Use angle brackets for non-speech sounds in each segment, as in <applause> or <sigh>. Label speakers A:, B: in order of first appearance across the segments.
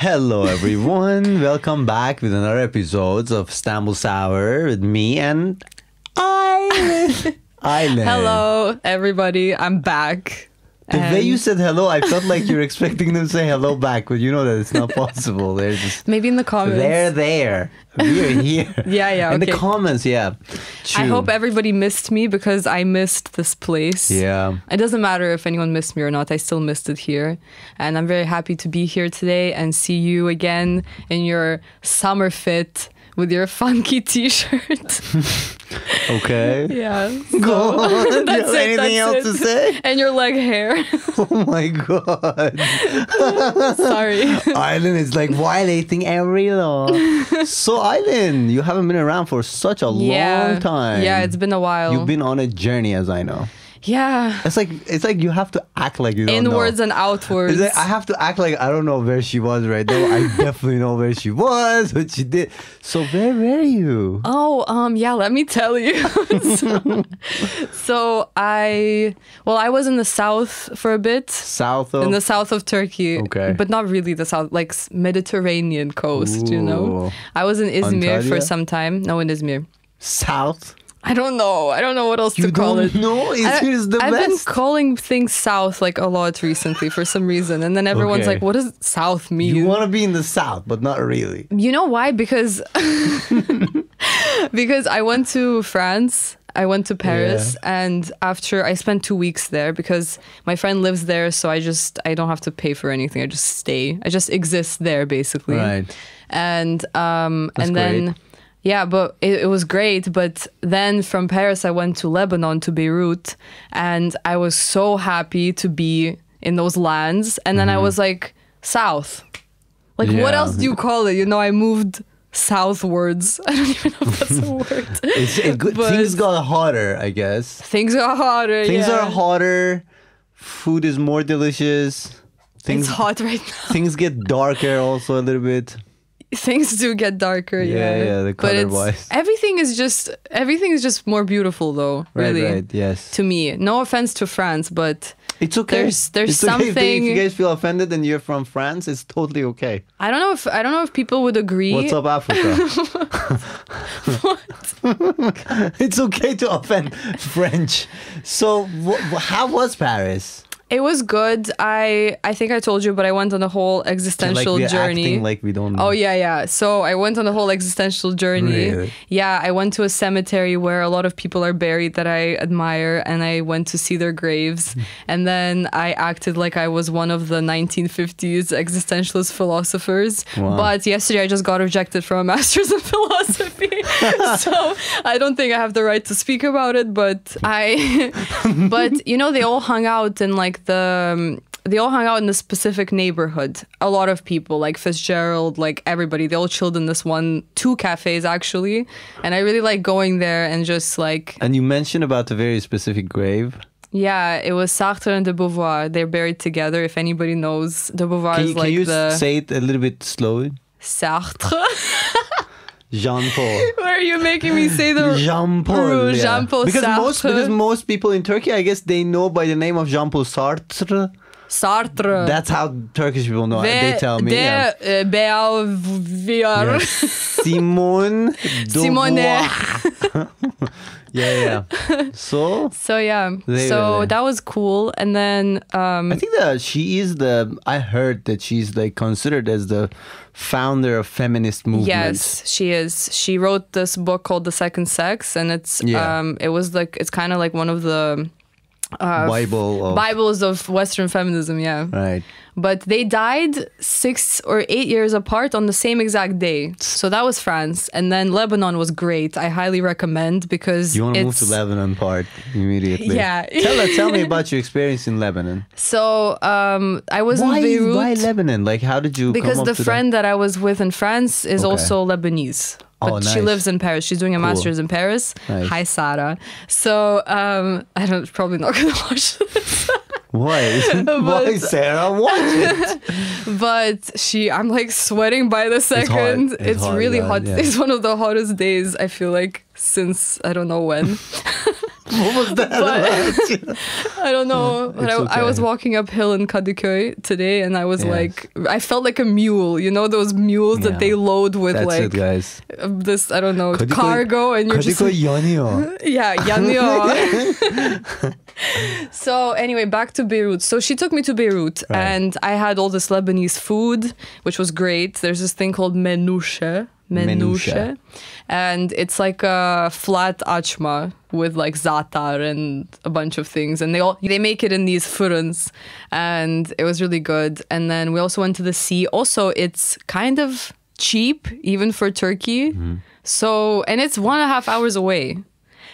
A: Hello, everyone.
B: <laughs>
A: Welcome back with another episode of Istanbul Sour with me and Island. <laughs> Island.
B: Hello, everybody. I'm back.
A: The way you said hello, I felt like you're expecting them to say hello back, but you know that it's
B: <laughs>
A: not possible. They're just
B: Maybe in the comments.
A: they're there. We're here.
B: <laughs> Yeah, yeah,
A: In the
B: okay.
A: comments, yeah.
B: I
A: True.
B: hope everybody missed me because I missed this place.
A: Yeah.
B: It doesn't matter if anyone missed me or not, I still missed it here. And I'm very happy to be here today and see you again in your summer fit with your <laughs> funky t
A: <laughs>
B: shirt.
A: Okay.
B: <laughs> yeah.
A: Go on. <laughs> Do you
B: That's
A: have
B: it,
A: anything else
B: that's it.
A: to say? <laughs>
B: And your leg hair. <laughs>
A: Oh my god.
B: Sorry.
A: Island is like violating every
B: <laughs>
A: law. so Island, you haven't been around for such a <laughs> long time.
B: Yeah, it's been a while.
A: You've been on a journey, as I know.
B: yeah.
A: It's like it's like you have to act like you don't
B: Inwards
A: know.
B: and outwards.
A: It's like I have to act like I don't know where she was right now.
B: <laughs>
A: I definitely know where she was, what she did. So where were you?
B: Oh, um, yeah, let me tell you. <laughs> so, so I, well, I was in the south for a bit,
A: South of
B: in the south of Turkey.
A: Okay.
B: But not really the south, like s- Mediterranean coast, you
A: Ooh.
B: know? I was in Izmir for
A: Antalya?
B: some time. No, in Izmir.
A: South.
B: I don't know. I don't know what else
A: You
B: to call
A: don't
B: it.
A: know?
B: I,
A: Izmir is the
B: I've
A: best.
B: been calling things south like a lot recently for some reason. And then everyone's
A: Okay.
B: like, what does south mean?
A: You want to be in the south, but not really.
B: You know why? Because <laughs> because I went to France. I went to Paris and after I spent 2 weeks there because my friend lives there so I just I don't have to pay for anything. I just stay. I just exist there basically.
A: Right.
B: And um and then
A: great.
B: yeah, but it, it was great. But then from Paris, I went to Lebanon, to Beirut, and I was so happy to be in those lands. And then I
A: Mm-hmm.
B: was like, South. Like, what
A: Yeah.
B: else do you call it? You know, I moved southwards. <laughs> I don't even know if that's
A: <laughs>
B: a word.
A: It's a good,
B: <laughs> But-
A: things got hotter, I guess.
B: Things are hotter.
A: Things
B: yeah.
A: are hotter. Food is more delicious. Things
B: It's hot right now. <laughs>
A: things get darker also a little bit.
B: Things do get darker.
A: Yeah,
B: Yeah,
A: yeah, the
B: But it's-
A: color-wise.
B: everything is just everything is just more beautiful, though. Really,
A: Right, right, yes.
B: to me. No offense to France, but
A: It's okay.
B: There's- there's
A: It's okay if they- If
B: something-
A: you guys feel offended and you're from France, it's totally okay.
B: I don't know if I don't know if people would agree.
A: What's up,
B: <laughs>
A: Africa? it's okay to offend French. So, wh- wh- how was Paris?
B: It was good. I I think I told you, but I went on a whole existential
A: like we're
B: journey.
A: acting like we don't.
B: Oh yeah, yeah. So I went on a whole existential journey.
A: Really?
B: Yeah, I went to a cemetery where a lot of people are buried that I admire, and I went to see their graves.
A: Hmm.
B: and then I acted like I was one of the 1950s existentialist philosophers.
A: Wow.
B: But yesterday I just got rejected from a master's in philosophy, <laughs> so I don't think I have the right to speak about it. But I, <laughs> but you know, they all hung out in like the. um, they all hung out in a specific neighborhood. A lot of people, like Fitzgerald, like everybody, they all chilled in this one, two cafes actually. And I really like going there and just like,
A: And you mentioned about the very specific grave.
B: yeah, it was Sartre and de Beauvoir. They're buried together. If anybody knows, de Beauvoir
A: Can
B: is
A: you,
B: like
A: can you
B: the
A: s- say it a little bit slowly?
B: Sartre. <laughs>
A: Jean Paul.
B: Where are you making me say the
A: Jean Paul.
B: Rue, Jean Paul
A: because most
B: Sartre.
A: because most people in Turkey, I guess they know by the name of Jean Paul Sartre.
B: Sartre?
A: That's how Turkish people know.
B: Ve-
A: they tell me.
B: de, <laughs>
A: yeah.
B: uh, Beauvoir.
A: Yeah. Simone.
B: Simone.
A: Beauvoir. <laughs> yeah, yeah. So
B: So yeah,
A: They-
B: so that was cool. And then um,
A: I think that she is the. I heard that she's like considered as the founder of feminist movement.
B: Yes, she is. She wrote this book called The Second Sex, and it's
A: Yeah.
B: um, it was like it's kind of like one of the
A: Bible. Of,
B: Bibles of Western feminism. Yeah,
A: Right.
B: but they died six or eight years apart on the same exact day. So that was France, and then Lebanon was great. I highly recommend because
A: You want to move
B: it's-
A: to Lebanon part immediately.
B: Yeah.
A: tell, us- tell
B: <laughs>
A: me about your experience in Lebanon.
B: So um, I was
A: Why,
B: in Beirut.
A: why Lebanon? Like, how did you
B: because
A: come up
B: the
A: to that?
B: friend that I was with in France is
A: Okay.
B: also Lebanese. But
A: Oh,
B: she
A: nice.
B: lives in Paris. She's doing a master's in Paris.
A: Nice.
B: Hi, Sarah. So um, I don't probably not gonna <laughs> watch this,
A: <laughs>
B: <laughs>
A: Why? <laughs> Why, Sarah? What?
B: but she, I'm like sweating by the second.
A: It's hot,
B: really
A: yeah,
B: hot.
A: yeah.
B: It's one of the hottest days I feel like since I don't know when.
A: what was
B: <laughs>
A: that? about?
B: I don't know. But I,
A: <laughs> it's
B: I was
A: okay.
B: walking uphill in Kadıköy today, and I was
A: Yeah.
B: like, I felt like a mule. You know those mules
A: Yeah.
B: that they load with
A: That's it,
B: like
A: guys.
B: this. I don't know
A: Kadıköy-
B: cargo, and you're just
A: Kadıköy
B: <laughs>
A: yanıyor.
B: yeah, yanıyor. <laughs> so anyway, back to Beirut. So she took me to Beirut,
A: Right.
B: and I had all this Lebanese food, which was great. There's this thing called menushe.
A: Menushe.
B: Menushe. And it's like a flat achma with like zatar and a bunch of things. And they all they make it in these furans. And it was really good. And then we also went to the sea. Also, it's kind of cheap, even for Turkey.
A: Mm-hmm.
B: So and it's one and a half hours away.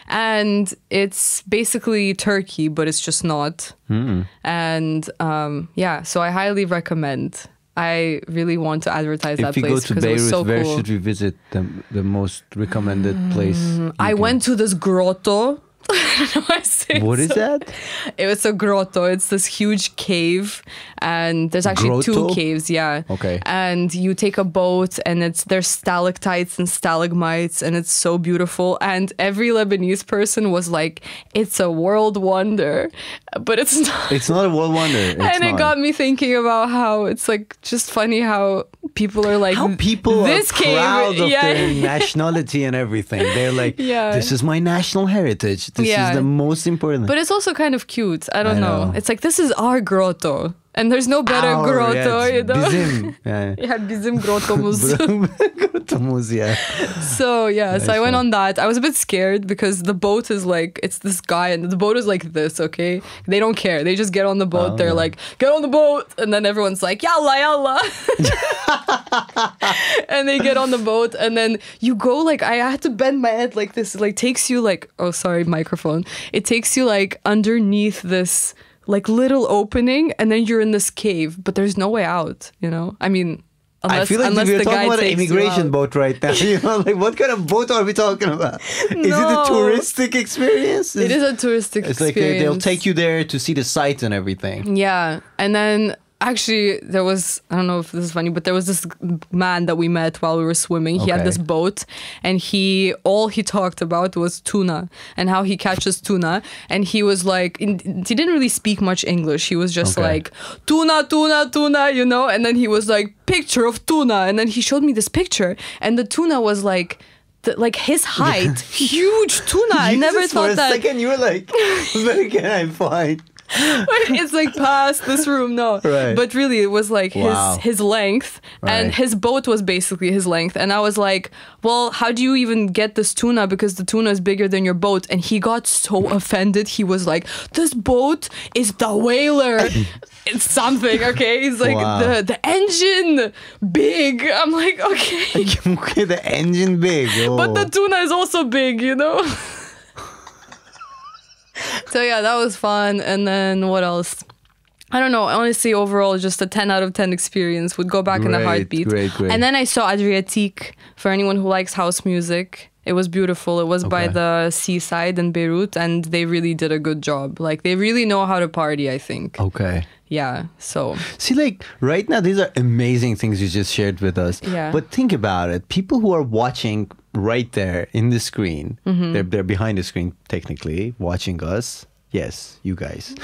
B: And it's basically Turkey, but it's just not.
A: Mm-hmm.
B: And um, yeah, so I highly recommend. I really want to advertise that
A: If you go
B: place
A: to
B: because it
A: Beirut,
B: was so
A: where
B: cool. Mm,
A: should we visit the, the most recommended place? you
B: I
A: can-
B: went to this grotto. <laughs> I say
A: What is
B: so.
A: that?
B: It was a grotto. It's this huge cave, and there's actually
A: Grotto?
B: two caves. Yeah.
A: Okay.
B: And you take a boat, and it's there's stalactites and stalagmites, and it's so beautiful. And every Lebanese person was like, "It's a world wonder," but it's <laughs> not.
A: It's not a world
B: <laughs>
A: wonder. It's
B: and it
A: not.
B: got me thinking about how it's like just funny how people are like
A: how people
B: this
A: are
B: cave
A: proud of
B: yeah <laughs>
A: their nationality and everything. They're like,
B: Yeah.
A: this is my national heritage. This
B: Yeah.
A: is the most important.
B: But it's also kind of cute. I don't
A: I
B: know.
A: know.
B: It's like this is our grotto, and there's no better
A: Our,
B: grotto,
A: yeah,
B: you know. <laughs>
A: Bizim. Yeah.
B: yeah, bizim
A: <laughs>
B: grottomuz.
A: Grotomuz, yeah.
B: <laughs> so yeah, so I
A: Nice one.
B: went on that. I was a bit scared because the boat is like it's this guy, and the boat is like this. Okay, they don't care. They just get on the boat. They're
A: Oh.
B: like, get on the boat, and then everyone's like,
A: <laughs>
B: yalla yalla, and they get on the boat, and then you go like I had to bend my head like this. It, like takes you like oh sorry microphone. It takes you like underneath this like little opening, and then you're in this cave, but there's no way out. You know, I mean. Unless,
A: I feel like
B: unless
A: we're
B: the guy
A: talking about an
B: takes you
A: immigration
B: out.
A: boat right now. <laughs> You know, like what kind of boat are we talking about? Is it a
B: No.
A: touristic experience?
B: It is a touristic
A: It's like
B: experience.
A: uh, they'll take you there to see the sights and everything.
B: Yeah, and then actually there was I don't know if this is funny, but there was this g- man that we met while we were swimming. He had
A: Okay.
B: this boat, and he all he talked about was tuna and how he catches tuna. And he was like, in, he didn't really speak much English. He was just
A: Okay.
B: like tuna, tuna, tuna, you know. And then he was like picture of tuna, and then he showed me this picture, and the tuna was like. th- like his
A: <laughs>
B: height, huge tuna. I
A: You
B: never
A: just for
B: thought
A: a
B: that.
A: second you were like, <laughs> where can I find? <laughs>
B: <laughs> it's like past this room no
A: Right.
B: but really it was like
A: Wow.
B: his his length
A: Right.
B: and his boat was basically his length and i was like well how do you even get this tuna because the tuna is bigger than your boat and he got so offended he was like this boat is the whaler
A: <laughs>
B: it's something okay he's like
A: Wow.
B: the the engine big i'm like okay
A: okay, the engine big.
B: but the
A: oh.
B: tuna is also big, you know? <laughs> so yeah, that was fun. And then what else? I don't know. Honestly, overall, just a 10 out of 10 experience. Would go back in a
A: Great,
B: heartbeat.
A: great, great.
B: And then I saw Adriatique for anyone who likes house music. It was beautiful. It was by
A: Okay.
B: the seaside in Beirut, and they really did a good job. Like, they really know how to party, I think.
A: Oh, okay.
B: Yeah. So,
A: See, like right now, these are amazing things you just shared with us.
B: Yeah.
A: But think about it: people who are watching right there in the screen,
B: Mm-hmm.
A: they're they're behind the screen technically, watching us. Yes, you
B: <laughs>
A: guys.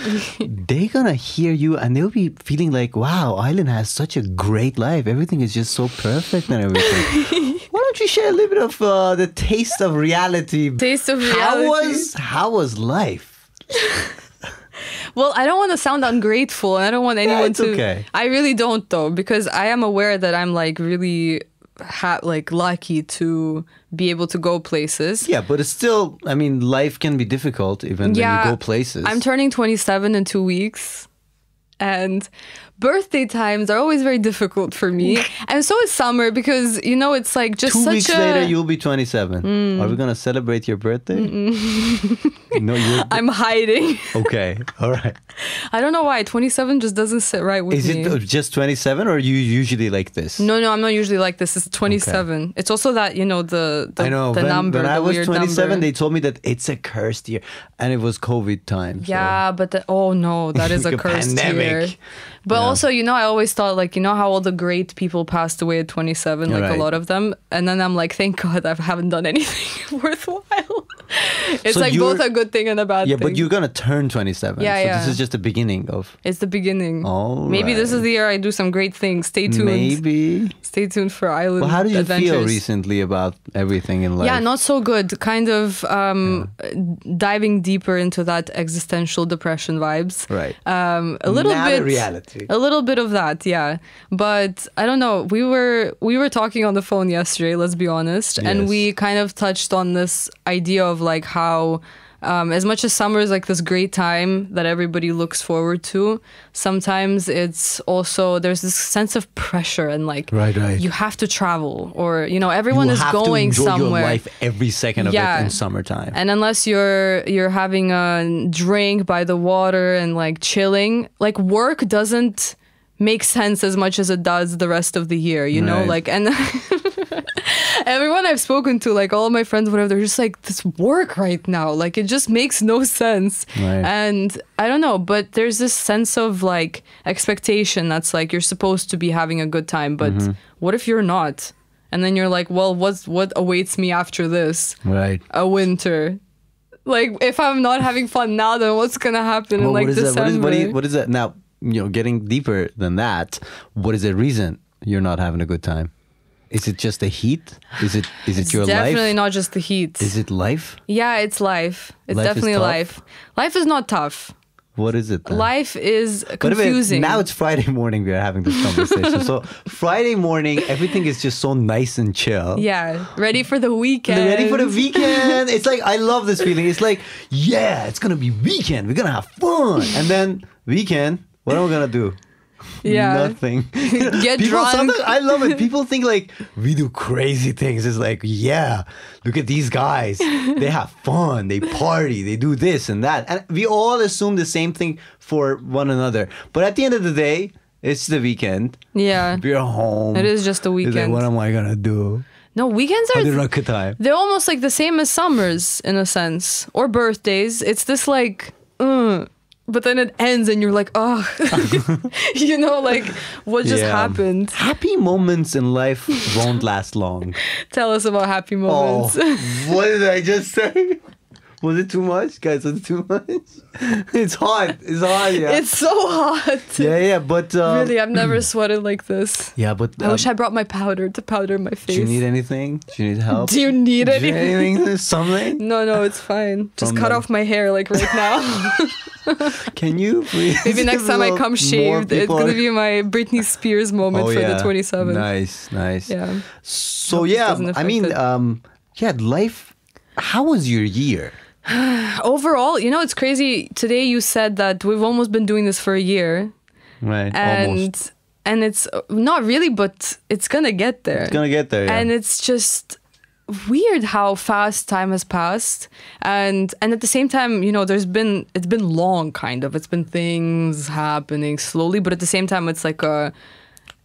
A: they're gonna hear you, and they'll be feeling like, "Wow, Island has such a great life. Everything is just so perfect and
B: <laughs>
A: everything." Why don't you share a little bit of uh, the taste of reality?
B: taste of
A: How
B: reality.
A: was how was life?
B: Well, I don't want to sound ungrateful, and I don't want anyone
A: it's
B: to.
A: okay.
B: I really don't though, because I am aware that I'm like really, ha- like lucky to be able to go places.
A: Yeah, but it's still. I mean, life can be difficult even when you go places.
B: I'm turning 27 in two weeks. And birthday times are always very difficult for me. and so is summer because, you know, it's like just
A: Two
B: such
A: weeks
B: a. Mm.
A: later, you'll be 27. Are we gonna celebrate your birthday?
B: <laughs>
A: no, you're
B: I'm hiding. <laughs>
A: okay. All right.
B: I don't know why. 27 just doesn't sit right with
A: Is
B: me.
A: it uh, just 27, or are you usually like this?
B: No, no, I'm not usually like this. It's 27. It's also that you know the the,
A: I know.
B: the
A: when,
B: number.
A: when I
B: the
A: was
B: weird
A: 27,
B: number.
A: they told me that it's a cursed year, and it was COVID time. so-
B: yeah, but the, oh no, that
A: <laughs>
B: is
A: Like
B: a
A: a
B: cursed
A: pandemic.
B: year. But also, you know, I always thought like you know how all the great people passed away at 27, like
A: Right.
B: a lot of them, and then I'm like, thank God I haven't done anything <laughs> worthwhile. It's
A: So
B: like both
A: you're-
B: a good thing and a bad
A: Yeah,
B: thing.
A: but you're gonna turn 27.
B: Yeah,
A: so this
B: yeah.
A: is just the beginning of
B: It's the beginning.
A: All
B: Maybe this is
A: right.
B: the year I do some great things. Stay tuned.
A: maybe.
B: Stay tuned for Island
A: Well, how did you feel
B: Adventures.
A: recently about everything in life?
B: Yeah, not so good. Kind of um, diving deeper into that existential depression vibes.
A: Right.
B: Um, a little
A: Not a
B: bit
A: reality.
B: A little bit of that, yeah. But I don't know. We were we were talking on the phone yesterday. Let's be honest, and
A: Yes.
B: we kind of touched on this idea of like how. Um, as much as summer is like this great time that everybody looks forward to, sometimes it's also there's this sense of pressure and like
A: Right, right.
B: you have to travel or you know everyone
A: you
B: is
A: have to
B: going
A: enjoy
B: somewhere.
A: your life every second of
B: Yeah.
A: it in summertime.
B: And unless you're you're having a drink by the water and like chilling, like work doesn't make sense as much as it does the rest of the year, you know?
A: Right.
B: Like and <laughs> everyone I've spoken to, like all my friends, whatever, they're just like this work right now. Like it just makes no sense.
A: Right.
B: And I don't know, but there's this sense of like expectation that's like you're supposed to be having a good time, but
A: Mm-hmm.
B: what if you're not? And then you're like, well, what's what awaits me after this?
A: right.
B: a winter. Like if I'm not having fun now, then what's gonna happen in
A: Well,
B: like
A: what is that? What
B: December?
A: is, what, do you- what is that? Now, you know, getting deeper than that, what is the reason you're not having a good time? Is it just the heat? Is it is it
B: it's
A: your
B: definitely
A: life?
B: not just the heat.
A: Is it life?
B: yeah, it's life. It's
A: Life is
B: definitely
A: tough?
B: life. Life is not tough.
A: What is it? Then?
B: Life is
A: But if it-
B: confusing.
A: now it's Friday morning. We are having this conversation. so <laughs> Friday morning, everything is just so nice and chill.
B: yeah, ready for the weekend.
A: They're ready for the
B: <laughs>
A: weekend. It's like I love this feeling. It's like, yeah, it's gonna be weekend. We're gonna have fun. And then weekend, what am I gonna do?
B: Yeah.
A: Nothing. You know,
B: <laughs> Get
A: People
B: drunk.
A: sometimes I love it. People think
B: <laughs>
A: like we do crazy things. It's like, yeah, look at these guys. They have fun. They party. They do this and that. And we all assume the same thing for one another. But at the end of the day, it's the weekend.
B: Yeah,
A: We're home.
B: It is just a
A: It's like,
B: weekend.
A: what am I gonna do?
B: no weekends
A: How
B: are.
A: do rock a time?
B: they're almost like the same as summers in a sense, or birthdays. It's this like, uh, but then it ends and you're like,
A: <laughs>
B: oh, <laughs> you know, like what just
A: Yeah.
B: happened.
A: Happy moments in
B: <laughs>
A: life won't last long.
B: Tell us about happy
A: Oh,
B: moments.
A: what did I just say? Was it too much, guys? Was it too much? <laughs> It's hot. It's hot. Yeah.
B: It's so hot.
A: <laughs> yeah, yeah. But um,
B: Really, I've never sweated like this.
A: yeah, but
B: I wish
A: um,
B: I brought my powder to powder my face.
A: do you need anything? Do you need help?
B: Do you need
A: Do you
B: anything?
A: Something?
B: <laughs> No, no, it's fine. Just
A: From
B: cut
A: the-
B: off my hair like right now.
A: <laughs>
B: <laughs>
A: Can you please?
B: Maybe next
A: give
B: time
A: a
B: I
A: little
B: come
A: more
B: shaved, it's
A: people-
B: gonna be my Britney Spears moment
A: Oh,
B: for
A: yeah.
B: the 27th.
A: Nice, nice.
B: Yeah.
A: So
B: Hope this doesn't
A: yeah, I
B: affect
A: mean,
B: it.
A: um, yeah, life. How was your year?
B: Overall, you know, it's crazy. Today you said that we've almost been doing this for a year,
A: Right.
B: and
A: Almost.
B: and it's uh, not really, but it's gonna get there.
A: Gonna get there. Yeah.
B: and it's just weird how fast time has passed and and at the same time you know there's been it's been long kind of it's been things happening slowly but at the same time it's like a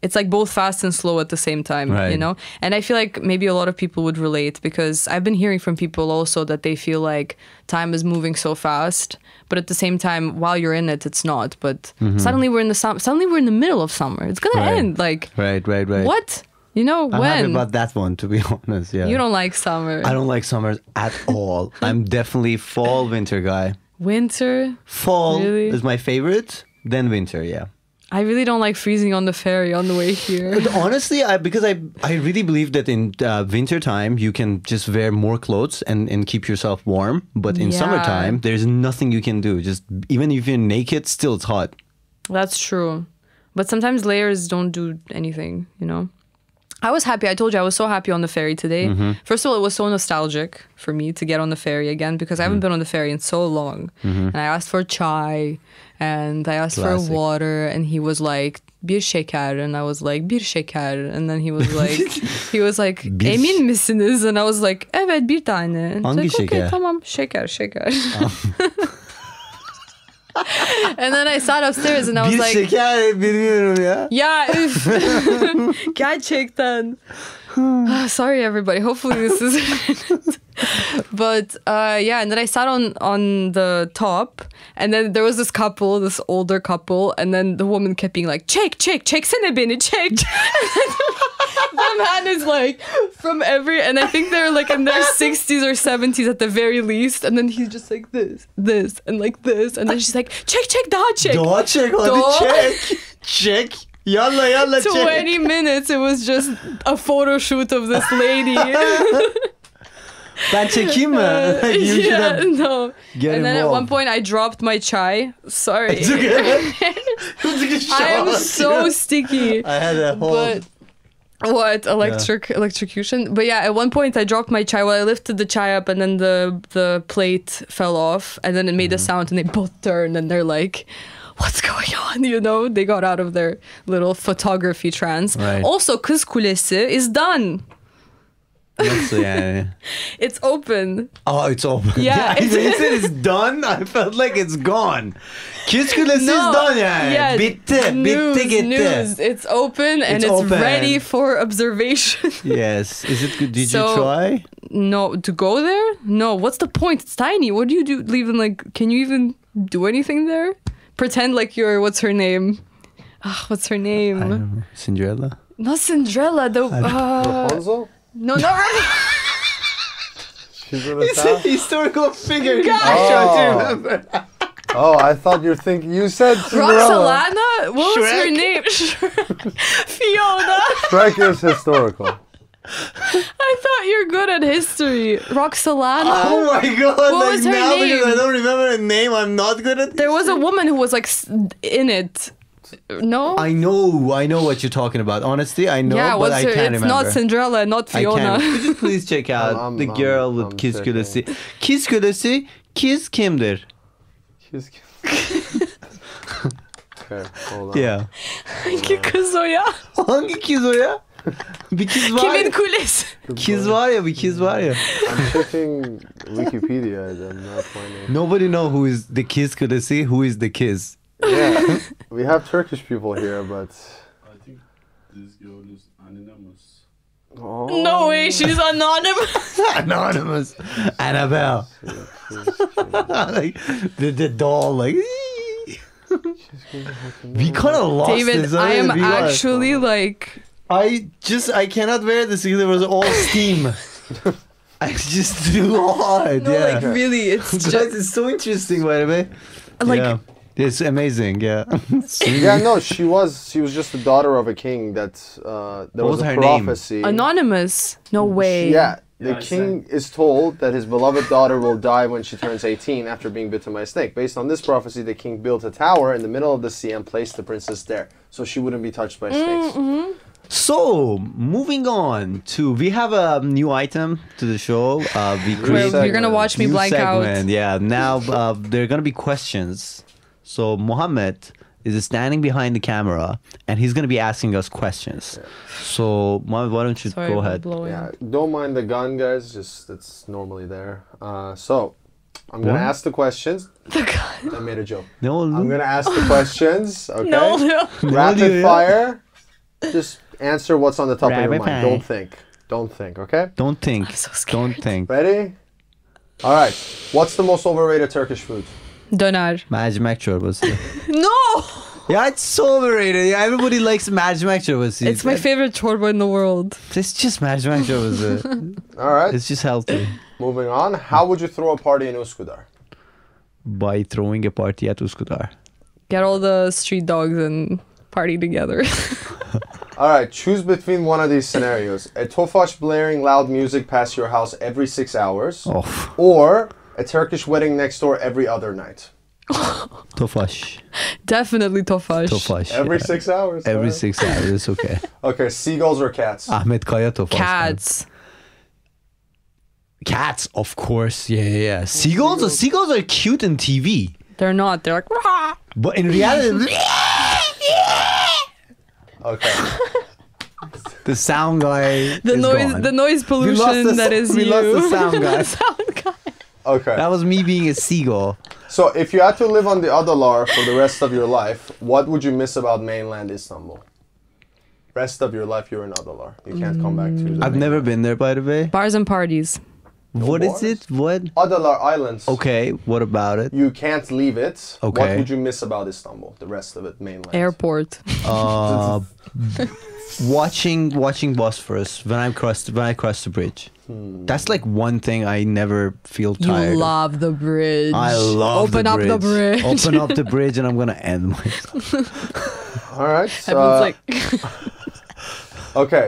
B: it's like both fast and slow at the same time you
A: Right.
B: know and i feel like maybe a lot of people would relate because i've been hearing from people also that they feel like time is moving so fast but at the same time while you're in it it's not but suddenly we're in the sum- suddenly we're in the middle of summer it's gonna
A: Mm-hmm. Right.
B: end like
A: right, right, right.
B: what you know
A: I'm
B: when
A: happy about that one, to be <laughs> honest. Yeah.
B: you don't like summer.
A: I don't like summers at
B: <laughs>
A: all. I'm definitely fall winter guy.
B: Winter.
A: Fall
B: Really?
A: is my favorite. Then winter, yeah.
B: I really don't like freezing on the ferry on the way here.
A: But honestly, I because I I really believe that in uh, winter time you can just wear more clothes and and keep yourself warm. But in
B: Yeah.
A: summertime, there's nothing you can do. Just even if you're naked, still it's hot.
B: That's true. But sometimes layers don't do anything, you know? I was happy. I told you I was so happy on the ferry today.
A: Mm-hmm.
B: First of all, it was so nostalgic for me to get on the ferry again because I
A: Mm-hmm.
B: haven't been on the ferry in so long. And I asked for chai and I asked
A: Classic.
B: for water and he was like bir şeker and I was like bir şeker and then he was like
A: <laughs>
B: he was like
A: Bir-
B: emin misiniz and I was like evet bir tane. It's
A: Hangi
B: like,
A: şeker?"
B: Okay, tamam şeker
A: <laughs>
B: şeker. and then I sat upstairs and I was
A: Bir
B: like
A: şeker bilmiyorum ya.
B: yeah, üf. Gerçekten. Ah, Sorry, everybody. Hopefully this is. <laughs> but uh, yeah, and then I sat on on the top, and then there was this couple, this older couple, and then the woman <laughs> kept being like, "Check, check, check, sene beni, check." the man is like, from every and I think they're like in their 60s or 70s at the very least and then he's just like this this and like this and then she's like check check daha check
A: Doğa çek hadi
B: Doğa-
A: çek. Çek. Yalla
B: <laughs>
A: yalla çek.
B: 20 minutes it was just a photo shoot of
A: <laughs>
B: this lady <laughs>
A: Ben çekeyim mi? <laughs>
B: Uh,
A: you should
B: yeah,
A: have...
B: no
A: get
B: and then at one
A: involved.
B: point I dropped my chai sorry
A: It's
B: <laughs>
A: okay. It's a good shot.
B: I am
A: <laughs>
B: so sticky
A: I had a whole... <laughs>
B: but what electric electrocution but yeah at one point i dropped my chai well i lifted the chai up and then the the plate fell off and then it
A: Mm-hmm.
B: made a sound and they both turned and they're like what's going on <laughs> you know they got out of their little photography trance
A: Right.
B: also kız kulesi is done
A: Nasıl yani?
B: it's open
A: Oh, it's open. <laughs>
B: Yeah,
A: I
B: it's-
A: said
B: <laughs>
A: it's done. I felt like it's gone. Kiss Kulesi
B: No,
A: is done yani.
B: yeah,
A: bitti.
B: news,
A: bitti gitti.
B: news. it's open and
A: It's
B: it's,
A: open.
B: ready for observation <laughs>
A: Yes. Is it good? Did
B: So-
A: you try?
B: no to go there no what's the point it's tiny what do you do leaving like can you even do anything there pretend like you're what's her name Ah, what's her
A: I
B: name
A: don't know.
B: <laughs>
A: Cinderella?
B: not cinderella the uh,
C: Rapunzel?
B: no
A: <laughs>
B: not Rap-
C: She's in the town?
A: historical figure.
B: God.
C: Oh. Oh, I thought you were thinking. You said Cinderella.
B: roxalana what was her
A: Shrek?
B: name <laughs> fiona
C: Shrek is historical.
B: i thought you're good at history roxalana
A: Oh my god. like
B: Um, was her
A: now because I
B: name?
A: don't remember the name, I'm not good at
B: there was a woman who was like s- in it no
A: I know, I know what you're talking about. Honestly, I know,
B: yeah
A: but
B: what's
A: I
B: her
A: can't
B: it's
A: remember.
B: not cinderella not
A: I
B: fiona
A: Could you
B: <laughs>
A: please <laughs> check out
C: I'm-
A: the
C: I'm-
A: girl
C: I'm
A: with kiss
C: checking.
A: kölesi? Kiss kölesi, kiss kimdir?
C: She's. okay, hold on.
A: <laughs> Yeah.
B: Hangi kız o
A: <laughs>
B: ya?
A: Hangi kız o ya? Bir kız var.
B: Kimin
A: ya.
B: kulesi?
A: Kız var ya, bir kız var ya.
C: I'm checking Wikipedia. I'm not finding.
A: Nobody know who is the kiss kölesi, who is the kiss. <laughs>
C: Yeah, we have Turkish people here, but.
D: I think this girl is anonymous.
C: Oh,
B: No way, she's
A: <laughs>
B: anonymous.
A: Anonymous. Annabelle. <laughs> like, the, the doll, like. <laughs> we kind of lost
B: David,
A: this.
B: I
A: mean,
B: am
A: we are-
B: actually like.
A: I just I cannot wear this because it was all steam. I just too hard.
B: No,
A: yeah.
B: like really,
A: <laughs>
B: it's
A: Guys,
B: just
A: it's so interesting, by the way.
B: like
A: yeah. it's amazing. Yeah.
C: Yeah, no, she was. She was just the daughter of a king. That's. Uh, there
A: What
C: was,
A: was
C: a
A: her name?
C: prophecy.
B: anonymous. No way.
C: Yeah. The
D: Yeah, I
C: king is told that his beloved daughter will die when she turns 18 after being bitten by a snake. Based on this prophecy, the king built a tower in the middle of the sea and placed the princess there so she wouldn't be touched by snakes.
A: so moving on to we have a new item to the show. Uh, we
B: Where
A: create
B: you're gonna watch me
A: new
B: blank
A: segment. Yeah. Now uh, there are gonna be questions. So Mohammed is standing behind the camera and he's gonna be asking us questions. So Mohammed, why don't you
B: out. Sorry,
A: go
B: about
A: ahead?
B: blowing.
C: Yeah, don't mind the gun, guys. Just it's normally there. Uh, so, I'm gonna
A: What? Hmm?
C: ask the questions.
B: The gun.
C: I made a joke.
A: No,
C: I'm gonna ask the questions. Okay.
B: <laughs> No, no.
A: Audio,
C: Rapid
A: yeah.
C: fire. Just answer what's on the top of your
A: Rapid
C: mind.
A: fire.
C: Don't think. Don't think. Okay.
A: don't think.
B: so
A: don't think.
C: Ready? All right. What's the most overrated Turkish food?
B: Döner.
A: Mercimek çorbası.
B: No,
A: <laughs> Yeah, it's so overrated. Yeah, everybody likes mercimek çorbası.
B: it's my favorite chorba in the world.
A: It's just mercimek çorbası.
B: <laughs>
C: All right.
A: uh, it's just healthy.
C: Moving on. How would you throw a party in Uskudar?
A: By throwing a party at Uskudar.
B: Get all the street dogs and party together. <laughs>
C: All right. Choose between one of these scenarios: a tofaş blaring loud music past your house every six hours,
A: Of.
C: or a Turkish wedding next door every other night.
A: Tofaş.
B: Definitely tofaş.
A: Tofaş.
C: Every
A: yeah.
C: six hours. all
A: Every Ah.
C: right.
A: six hours. It's <laughs> okay.
C: Okay. Seagulls or cats?
A: Ahmet Kaya Tofaş.
B: Cats.
A: Cats, of course. Yeah, yeah, yeah. Seagulls, are, seagulls are cute in TV.
B: They're not. They're like. "Rah."
A: But in reality,
B: <laughs>
A: <laughs>
C: Okay.
A: the sound guy
B: The
A: is
B: noise.
A: gone.
B: The noise
A: we lost
B: pollution
A: the,
B: that is
A: we
B: you.
A: lost the sound
B: <laughs>
A: guy.
B: Sound guy.
C: Okay.
A: that was me being a seagull.
C: So, if you had to live on the Adalar for the rest of your life, what would you miss about mainland Istanbul?
A: Mm.
C: Rest of your life, you're in Adalar. You can't come back to. The
A: I've never been there, by the way.
B: Bars and parties.
A: What is
C: bars?
A: it? What?
C: Adalar Islands.
A: Okay, what about
B: <laughs>
A: it?
C: You can't leave it. What
A: Okay.
C: would you miss about Istanbul? The rest of it, mainland.
B: Airport.
A: Uh, watching watching Bosphorus when I cross when I cross the bridge. That's like one thing I never feel
B: Hmm. You
A: tired. of.
B: love the bridge.
A: I love
B: Open
A: the
B: up
A: bridge.
B: the bridge.
A: Open up the bridge, and I'm gonna end myself.
C: All right.
B: <laughs> <laughs>
C: So,
B: Everyone's like,
C: <laughs>
A: uh,
C: okay.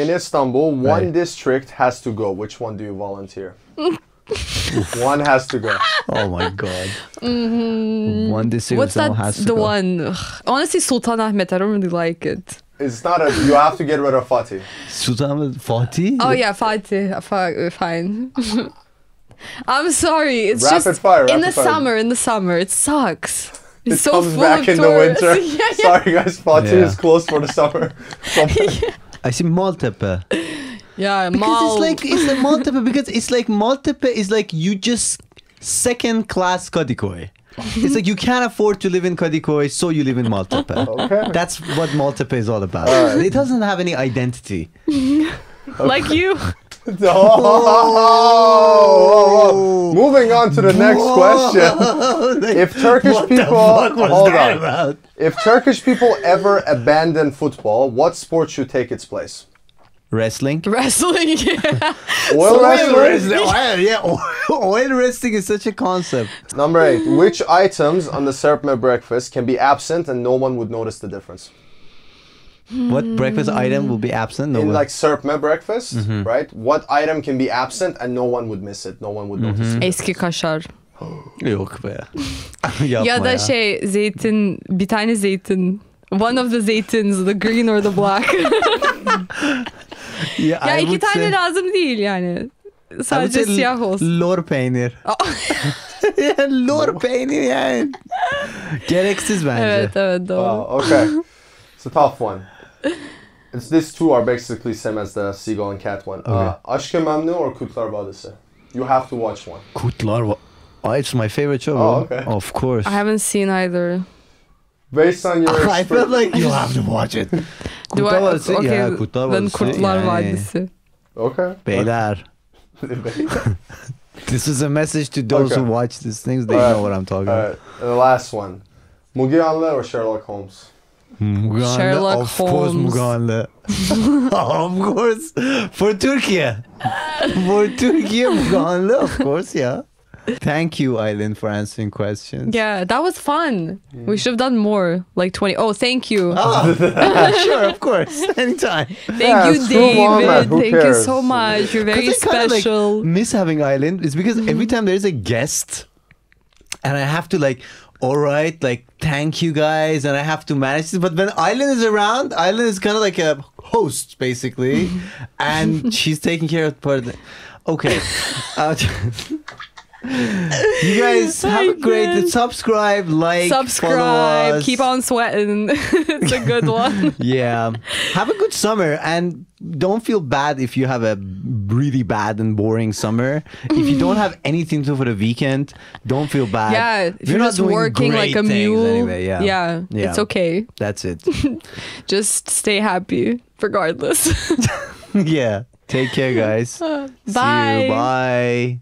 C: In Istanbul, one
A: Right.
C: district has to go. Which one do you
A: <laughs>
C: volunteer? one has to go.
A: Oh my god.
B: <laughs>
A: One decision
B: "Mm-hmm." what's that?
A: has to
B: The
A: go.
B: one. Ugh. Honestly, Sultan Ahmet. I don't really like it.
C: It's not a. You have to get rid of
B: <laughs>
C: Fatih.
A: Sultan Fatih.
B: Oh yeah, Fatih. uh, fi- uh, Fine. <laughs> I'm sorry. It's
C: Rapid
B: just
C: fire,
B: in
C: rapid
B: the
C: fire.
B: summer. In the summer, it sucks.
C: It
B: It's so
C: comes
B: full
C: back
B: of
C: in
B: tourists.
C: the winter.
B: <laughs> yeah, yeah.
C: Sorry guys, Fatih
A: Yeah.
C: is closed for the
B: <laughs>
C: summer.
A: I see Maltepe.
B: Yeah,
A: Because
B: Mal.
A: it's like it's like Maltepe because it's like Maltepe is like you just second class Kadikoy. It's like you can't afford to live in Kadikoy, so you live in
B: <laughs>
A: Maltepe.
C: <laughs> Okay. <laughs>
A: That's what Maltepe is all about. It doesn't have any identity.
B: like you.
C: No. Whoa. oh, Moving on to the next
A: <laughs>
C: question. If Turkish
A: what
C: people-
A: the fuck was
C: hold
A: that
C: on.
A: about?
C: If Turkish people ever abandon football, what sport should take its place?
A: Wrestling.
B: <laughs>
A: Oh,
B: Wrestling. Yeah.
C: Oil
A: Oil
C: wrestling.
A: wrestling. Oil, yeah, <laughs> oil, oil wrestling is such a concept.
C: Number eight. Which items on the Serpme breakfast can be absent and no one would notice the difference?
B: Mm.
A: What breakfast item will be absent? No Mm-hmm.
C: In
A: one-
C: like Serpme breakfast, right? What item can be absent and no one would miss it? No one would notice
A: Mm-hmm.
C: it.
B: Eski kaşar.
A: Yok be. Yapma
B: <laughs> Ya da şey zeytin bir tane zeytin. One of the zeytins, the green or the
A: <laughs>
B: black.
A: Ya,
B: ya
A: I
B: iki
A: would
B: tane
A: say-
B: lazım değil yani.
A: I would
B: Sadece
A: say
B: siyah
A: l-
B: olsun. Oh.
A: Lor
B: <laughs>
A: peynir. <laughs> lor peynir yani. Gereksiz bence.
B: Evet evet doğru.
C: Wow, Uh, okay. it's a tough one. It's, these two are basically same as the seagull and cat one. Uh, Aşk-ı Memnu or Kurtlar Vadisi? You have to watch one.
A: Kurtlar var. Oh, it's my favorite show.
C: Oh, okay.
A: Of course.
B: I haven't seen either.
C: Based on your
A: <laughs> I felt
C: experience.
A: like you have to watch it. Kurtlar
B: I-
A: Vadisi.
B: okay,
A: ya Kurtlar Vadisi.
B: then Kurtlar
A: yani.
B: Vadisi.
C: Okay. <laughs>
A: Beyler. This is a message to those
C: Okay.
A: who watch these things. They
C: Alright.
A: know what I'm talking about.
C: Alright, the last one. Mugi Anlı or Sherlock Holmes?
A: Muganda,
B: Sherlock
A: of course
B: Holmes.
A: Muganda.
B: <laughs>
A: <laughs> of course. For Turkey. For Turkey, Muganda, of course, yeah. Thank you, Aylin, for answering questions.
B: Yeah, that was fun. We should have done more. Like 20. Oh, thank you.
A: Hmm. Ah, <laughs> sure, of course. Anytime.
B: thank
C: Yeah,
B: you,
C: screw Muhammad,
B: David.
C: who
B: Thank you
C: cares?
B: so much. You're very
A: Because I kinda, like,
B: special.
A: miss having Island is
B: Mm-hmm.
A: because every time there's a guest and I have to like all right, like thank you guys, and I have to manage this. But when Island is around, Island is kind of like a host basically,
B: <laughs>
A: and she's taking care of part of the. Okay,
B: <laughs>
A: uh, <laughs> you guys have a great.
B: guess.
A: Subscribe, like, follow
B: Subscribe.
A: us.
B: Keep on sweating. <laughs> it's a
A: <laughs>
B: good one.
A: yeah. Have a good summer and don't feel bad if you have a really bad and boring summer. If you don't have anything to do for the weekend, don't feel bad.
B: Yeah, if
A: We're
B: you're
A: not
B: just
A: doing
B: working
A: great
B: like
A: things
B: a mule,
A: Anyway, yeah.
B: yeah, it's okay.
A: That's it. <laughs>
B: Just stay happy, regardless. <laughs>
A: yeah. Take care, guys. See you.
B: Bye.
A: Bye.